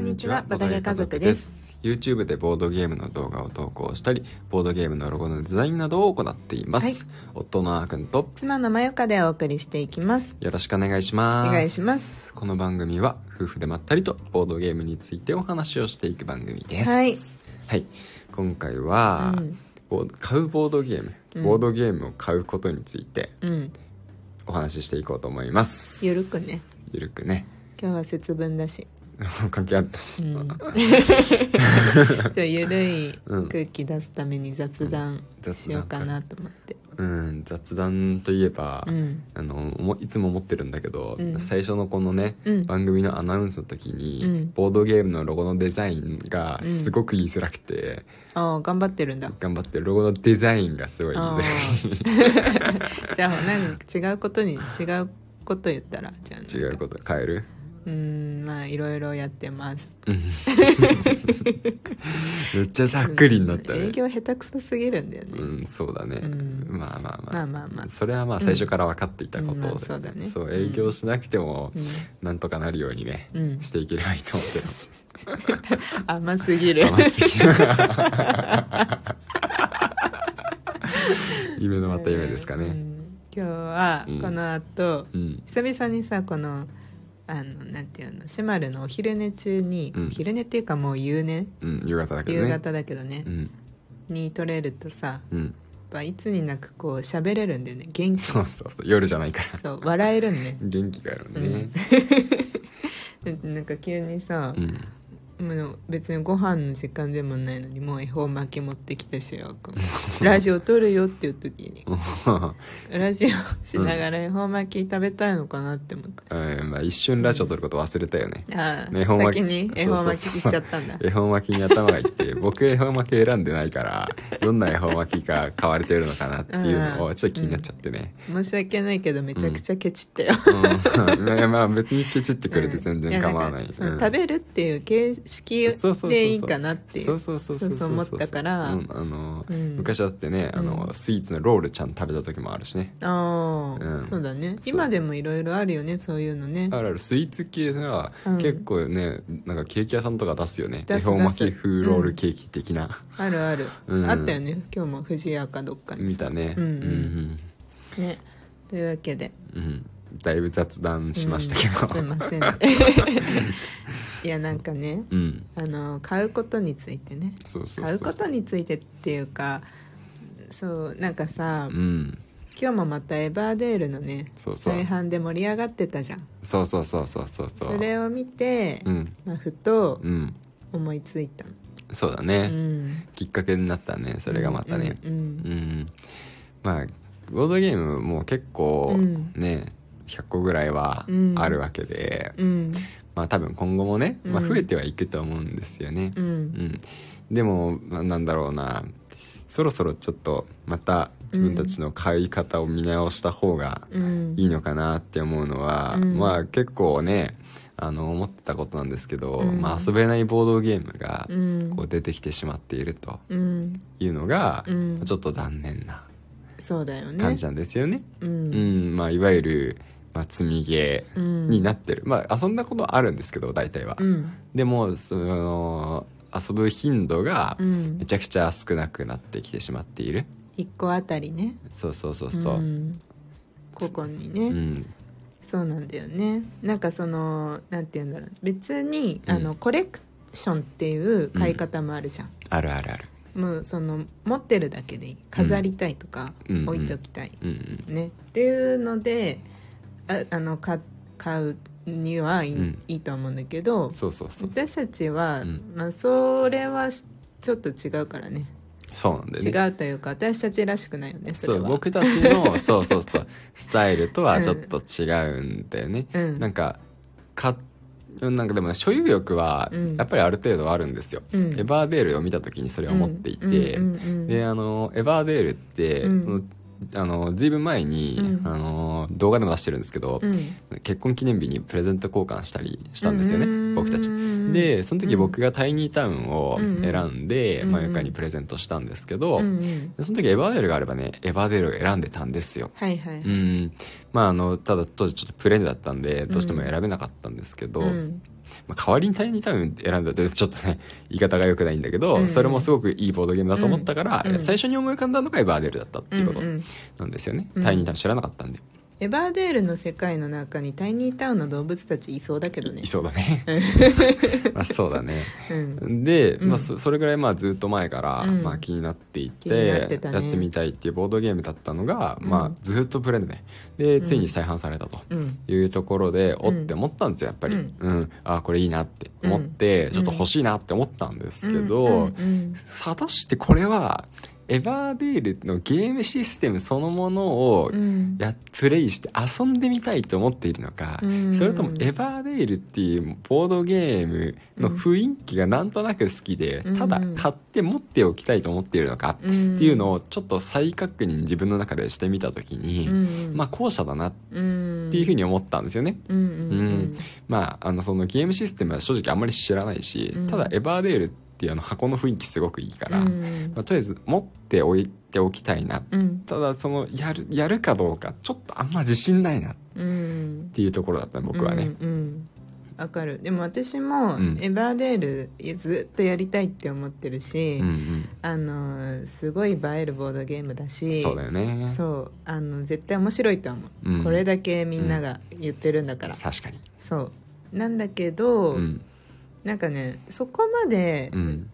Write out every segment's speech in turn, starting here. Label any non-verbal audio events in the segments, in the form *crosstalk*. にちは、バタゲ家族です。。 YouTube でボードゲームの動画を投稿したり、ボードゲームのロゴのデザインなどを行っています。はい夫のあーくんと妻のまよかでお送りしていきます。よろしくお願いします。お願いします。この番組は夫婦でまったりとボードゲームについてお話をしていく番組です。はい。はい。今回は、うんボード買うボードゲーム、うんボードゲームを買うことについてうん。お話ししていこうと思います。ゆるくね。ゆるくね。 *laughs* 今日は節分だし。関係あった。 *laughs* うん。ちょゆるい空気出すために雑談しようかなと思って。うん、雑談といえば、うん。あのもいつも思ってるんだけど、うん最初のこのね、うん番組のアナウンスの時に、うんボードゲームのロゴのデザインがうんすごく言いづらくて、ああ、頑張ってるんだ。頑張ってロゴのデザインがすごい言いづあらいあ。 *laughs* じゃあ、何違うことに、違うこと言ったら、じゃあ、 *laughs* 違うこと変えるうん、まあ、いろいろやってます。めっちゃざっ *laughs* くりになったね営業下手くそすぎるんだよね。うんそうだね、うんまあまあまあまあまあまあそれはまあ最初から分かっていたこと、うんまあそうだねそうう営ん業しなくてもうんなんとかなるようにね、うんしていければいいと思うけど甘すぎる。甘す *laughs* ぎる夢のまた夢ですかうね。ん今日はうんこの後、うん。久々にさこのあのなんていうのシェマルのお昼寝中に、うんお昼寝っていうかもう夕寝うん、夕方だけど夕ね。方だけどねう、ん。に取れるとさやっうん。ぱいつになくこう喋れるんだよね元気そそうそうそう。夜じゃないから。う笑えるんね元気があるもんね。 *laughs* なんか急にさう、ん。もう別にご飯の時間でもないのにもう恵方巻き持ってきてしようくんラジオ撮るよっていう時にラジオしながら恵方巻き食べたいのかなって思って、うん、 *laughs* まあ一瞬ラジオ撮ること忘れたよね。ああ恵方巻き先に恵方巻きしちゃったんだ絵本巻きに頭がいって、 *laughs* 僕絵本巻き選んでないから、どんな絵本巻きが買われてるのかなっていうのをちょっと気になっちゃってね。申し訳ないけどめちゃくちゃケチったよ、うん。いやまあ別にケチってうんくれて全然構わない。やんかそのうん食べるっていう形式そうそうそうそうでいいかなっていうそうそうそうそうそう思ったからうんあのうん昔だってねあの、うんスイーツのロールちゃん食べた時もあるしねああ、うんそうだねそう今でもいろいろあるよねそういうのねあるあるスイーツ系は、うん結構ねなんかケーキ屋さんとか出すよね出恵す方巻出きす風ロールケーキ的な、あるある、うんあったよね今日も藤屋かどっかに見さたねうんうんねというわけでうん、うんだいぶ雑談しましたけどうんすいませんいやなんかね *laughs* うん、あの買うことについてねそうそうそう買うことについてっていうかそうなんかさ、うん今日もまたエバーデールのねそうそう再販で盛り上がってたじゃんそうそうそうそうそうそうそれを見て、うんまあ、ふとうん思いついたのそうだね、うんきっかけになったねそれがまたね、うんうんうんまあボードゲームも結構うんね、100個ぐらいはうんあるわけで、うんまあ多分今後もね、まあ、うん増えてはいくと思うんですよね、ううんんでも、まあなんだろうなそろそろちょっとまた自分たちの買い方を見直した方がうんいいのかなって思うのは、うんまあ結構ねあの思ってたことなんですけど、うんまあ、遊べないボードゲームがうんこう出てきてしまっているとうんいうのがうんちょっと残念なそうだよね感じなんですよね。ううん、んまあいわゆる、まあ、積みゲうーんになってる。まあ遊んだことはあるんですけど、大体は。うんでも、その、遊ぶ頻度がうんめちゃくちゃ少なくなってきてしまっている。一個あたりねそうそうそうそう。うん。ん個々にね、そうなんだよねなんかそのなんて言うんだろう別に、うんあのコレクションっていう買い方もあるじゃん、あるあるある。もうその持ってるだけでいい飾りたいとか、うん置いておきたい、うんうん。ねっていうのでああのか買うにはいい,、うんいいと思うんだけどそうそうそう。私たちは、うんまあ、それはしちょっと違うからねそうなんだよ違ね。うというか私たちらしくないよねそそれう、は僕たち *laughs* の、そうそうそう、スタイルとはちょっと違うんだよね。うんなんか、か、なんかでもね、所有欲はうん、やっぱりある程度はあるんですよ。うんエバーデールを見た時にそれを思っていて、うんうんうんであのエバーデールって、うんそのあのずいぶん前に、うんあの動画でも出してるんですけどう、ん結婚記念日にプレゼント交換したりしたんですよね、うん僕たち。でその時僕がタイニータウンを選んで、うんまゆかにプレゼントしたんですけど、うんうんその時エバーデールがあればねエバーデールを選んでたんですよ。はいはい、うんまああのただ当時ちょっとプレーンだったんでどうしても選べなかったんですけど、うんまあ、代わりに他人に多分選んだってちょっとね言い方が良くないんだけど、うんそれもすごくいいボードゲームだと思ったから、うん最初に思い浮かんだのがエバーデルだったっていうことうんうんなんですよね、うん他人に多分知らなかったんで、エバーデールの世界の中にタイニータウンの動物たちいそうだけどねいそうだね *laughs* まあそうだねうんで、うんまあ、そそれぐらいまあずっと前から、うんまあ、気になっていて気になってたねやってみたいっていうボードゲームだったのが、うんまあ、ずっとプレイでねでついに再販されたと。うんいうところで、おうんって思ったんですよやっぱり、ううんんあこれいいなって思って、んちょっと欲しいなって思ったんですけど、うんうん果たしてこれはエバーデールのゲームシステムそのものをうんうんやプレイして遊んでみたいと思っているのか、うんそれとも「エヴァーデール」っていうボードゲームの雰囲気がなんとなく好きで、うんただ買って持っておきたいと思っているのか、うんっていうのをちょっと再確認自分の中でしてみた時に、うんまあ後者だなっうんていうふうに思ったんですよね。うんうんうんまあ、あのそのゲームシステムは正直あんまり知らないし、うんただ「エヴァーデール」っていうあの箱の雰囲気すごくいいから、うんまあ、とりあえず持っておいておきたいなうんただそのやるやるかどうかちょっとあんま自信ないなっうんていうところだったね僕はね、うんうんわかるでも私もうんエバーデールずっとやりたいって思ってるし、うん、うんあのすごい映えるボードゲームだしそうだよねそうあの絶対面白いと思う、うんこれだけみんなが言ってるんだから、確かにそうなんだけど、うんなんかねそこまでうん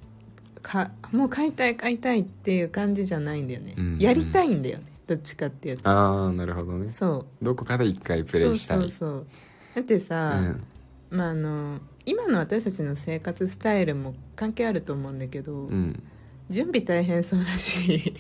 かもう買いたい買いたいっていう感じじゃないんだよね、うんやりたいんだよねどっちかっていうとああなるほどねそうどこかで一回プそレうイしたそうりそうだってうさ、んまああの今の私たちの生活スタイルも関係あると思うんだけど、うん準備大変そうだ *laughs* し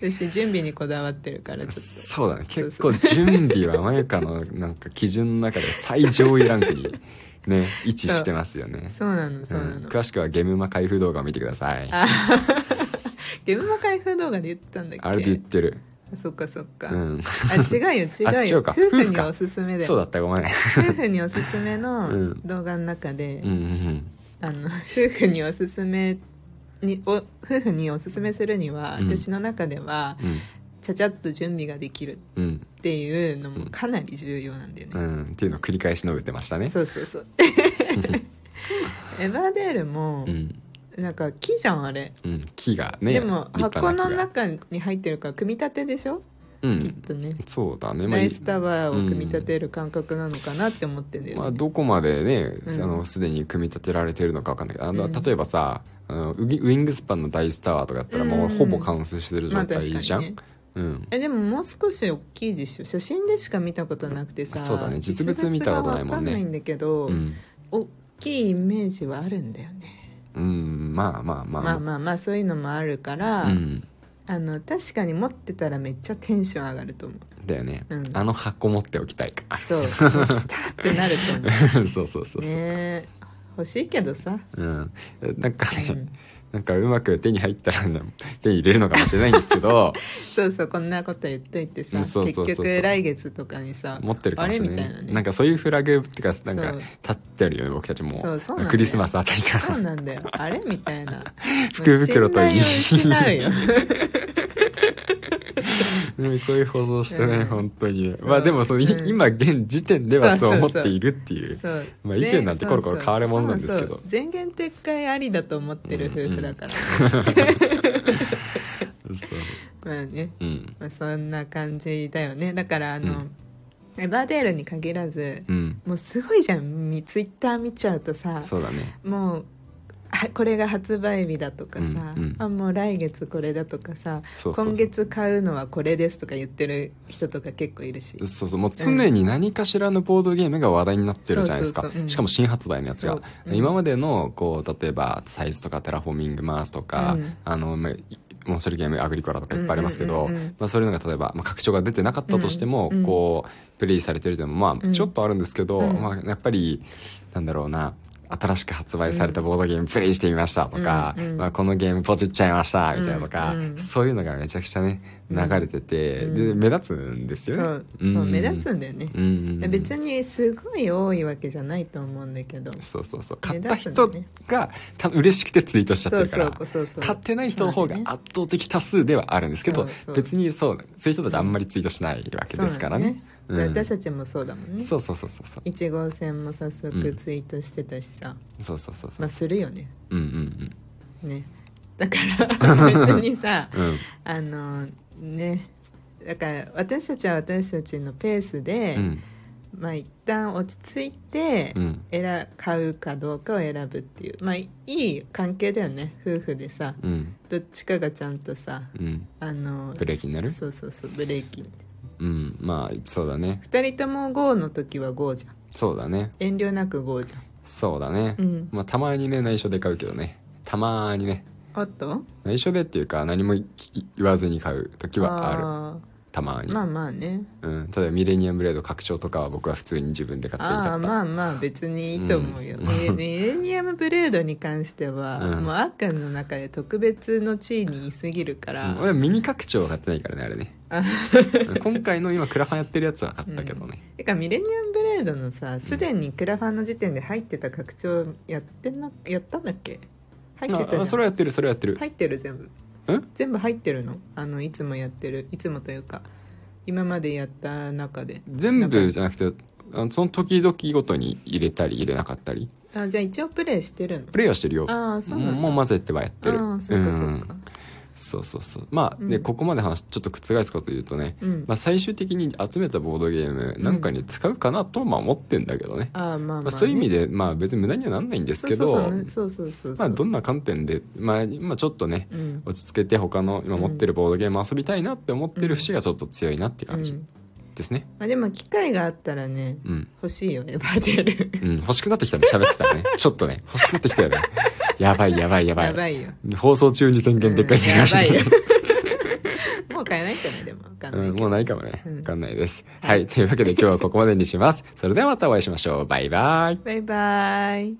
私準備にこだわってるからちょっとそうだねそう結そう構準備はまゆかのなんか基準の中で最上位ランクに *laughs* ね位置してますよねそうなのそうなの、ん詳しくはゲームマ開封動画を見てくださいああゲームマ開封動画で言ってたんだっけれで言ってるそっかそっか、うんあ違うよあ違う違うよか夫婦夫婦にかおすすめだそうよだったご *laughs* めん夫婦におすすめうのん動画の中で、うんうんあの夫婦におすすめにお夫婦におすすめするには、うん私の中ではうんちゃちゃっと準備ができるうんうんっていうのもかなり重要なんだよね、うんっていうのを繰り返し述べてましたねそうそうそう *laughs* エバーデールもうんなんか木じゃんあれ、うん、木がねでも立派箱なの木が中に入ってるから組み立てでしょ、うきっん、とねそうだね、ナイスタワーを組み立る、てる感覚なのかなって思ってんだうんよね、まあ、どこまでね、うんあのすでに組み立てられてるのかわかんないけどあの、うん例えばさあのウギウィングスパンのダイスタワーとかだったらうもうんほぼ完成してるま状あ態じゃん、ねうんえでももう少し大きいでしょ写真でしか見たことなくてさそうだね実物見たことない実物がわもんねかんないんだけど、うん、大きいイメージはあるんだよねうん、まあまあまあまあまあまあそういうのもあるから、うん、あの確かに持ってたらめっちゃテンション上がると *laughs* 思うだよね、うんあの箱持っておきたいか *laughs* そう来たってなると思そうそうそうそうう、ねえ欲しいけどさ、うん、なんかね、 *laughs* うんなんかうまく手に入ったら手に入れるのかもしれないんですけどそうそうこんなこと言っといてさうんそうそうそうそう結局来月とかにさ持ってるかもしれあなれいみたいなねんかそういうフラグっていうかなんかそう立ってるよね僕たちもそうそうなんだよクリスマスあたりかそうらなんだよあれみたいな *laughs* 福袋といいもう信頼を失うようんこういう報道してね、うん本当にねそうまあでもその、いうん今現時点ではそそううそう思そうっているっていうそうまあ意見なんてコロコロ変わるものなんですけどそうそう前言撤回ありだと思ってる夫婦だから、そう *laughs* まあね、うんまあ、そんな感じだよねだからあの、うんエバーデールに限らず、うんもうすごいじゃんみツイッター見ちゃうとさそうだねもうはこれが発売日だとかさ、うんうんあもう来月これだとかさそうそうそ今う月買うのはこれですとか言ってる人とか結構いるしそうそうもう常に何かしらのボードゲームが話題になってるじゃないですそかうそうそううんしかも新発売のやつがそ、ううん今までのこう例えばサイズとかテラフォーミングマースとか、うんあのまあい面白いゲームアグリコラとかいっぱいありますけうんど、うんうんうんまあ、そういうのが例えば、まあ、拡張が出てなかったとしても、うんうんこうプレイされてるというのもまうあんちょっとあるんですけど、うんまあ、やっぱりなんだろうな新しく発売されたボードゲームプレイしてみましたとか、うんうんまあ、このゲームポチっちゃいましたみたいなとか、うんうんそういうのがめちゃくちゃね流れてて、うんで目立つんですよそね。う,、んそう目立つんだよね、うんうんうん別にすごい多いわけじゃないと思うんだけどそうそうそう買目った立つ人んだねがた嬉しくてツイートしちゃってるからそうそうそうそう買ってない人の方がそうだね圧倒的多数ではあるんですけど、そうそう別にそうそういう人たちあんまりツイートしないわけですからね。うん私たちもそうだもんねそうそうそうそうそう1号線も早う速んツイートしてたしさ、そうそうそうそまあうするよねうんうんねだから *laughs* 別にさうんうんあのねだから私たちは私たちのペースで、うんまあ一旦落ち着いて、うん選買うかどうかを選ぶっていうまあいい関係だよね夫婦でさうんどっちかがちゃんとさうんあのブレーキになるそうそうそうブレーキうんまあそうだね2人とも GO の時は GO じゃんそうだね遠慮なく GO じゃんそうだね、うんまあたまにね内緒で買うけどねたまにねおっと内緒でっていうか何もき言わずに買う時はあるあたまーに、まあまあねうん、ただミレニアムレード拡張とかは僕は普通に自分で買ってみあたあっーた、まあまあ別にいいと思うよ、うんミレミレニアムブレードに関しては、うんもうアーカンの中で特別の地位にいすぎるから、うん俺はミニ拡張は買ってないからねあれ *laughs* ねあうん今回の今クラファンやってるやつは買ったけどね、てかミレニアムブレードのさすでにクラファンの時点で入ってた拡張やってなやったんだっけ入ってたじゃあんあそれはやってるそれはやってる、入ってる全部え全部入ってるのあのいつもやってるいつもというか今までやった中で全部じゃなくてあのその時々ごとに入れたり入れなかったりあじゃあ一応プレイしてるのプレイはしてるよああそうもなうんだもう混ぜてはやってるああそうかそううんかそうそうそうまあ、うんでここまで話ちょっと覆すこと言うとね、うん、まあ、最終的に集めたボードゲームなんかに使うかなとはまあ思ってんだけどね、ああまあまあ、まあ、そういう意味でまあ別に無駄にはなんないんですけどそうそうそうそうそうそうまあどんな観点で、まあ、今ちょっとねうん落ち着けて他の今持ってるボードゲーム遊びたいなって思ってる節がちょっと強いなって感うじんですねまあ、でも機会があったらねうん、欲しいよエヴァデルうん、欲しくなってきたね喋ってたらね *laughs* ちょっとね欲しくなってきたよねやばいやばいやばいやばいよ放送中に宣言撤回してきましたうんねやばいよ *laughs* もう買えないんじゃないでもわかん *laughs* うないん、けもど、うないかもね。うんわかんないです。はい。というわけで今日はここまでにします。それではまたお会いしましょう。バイバイ。バイバイ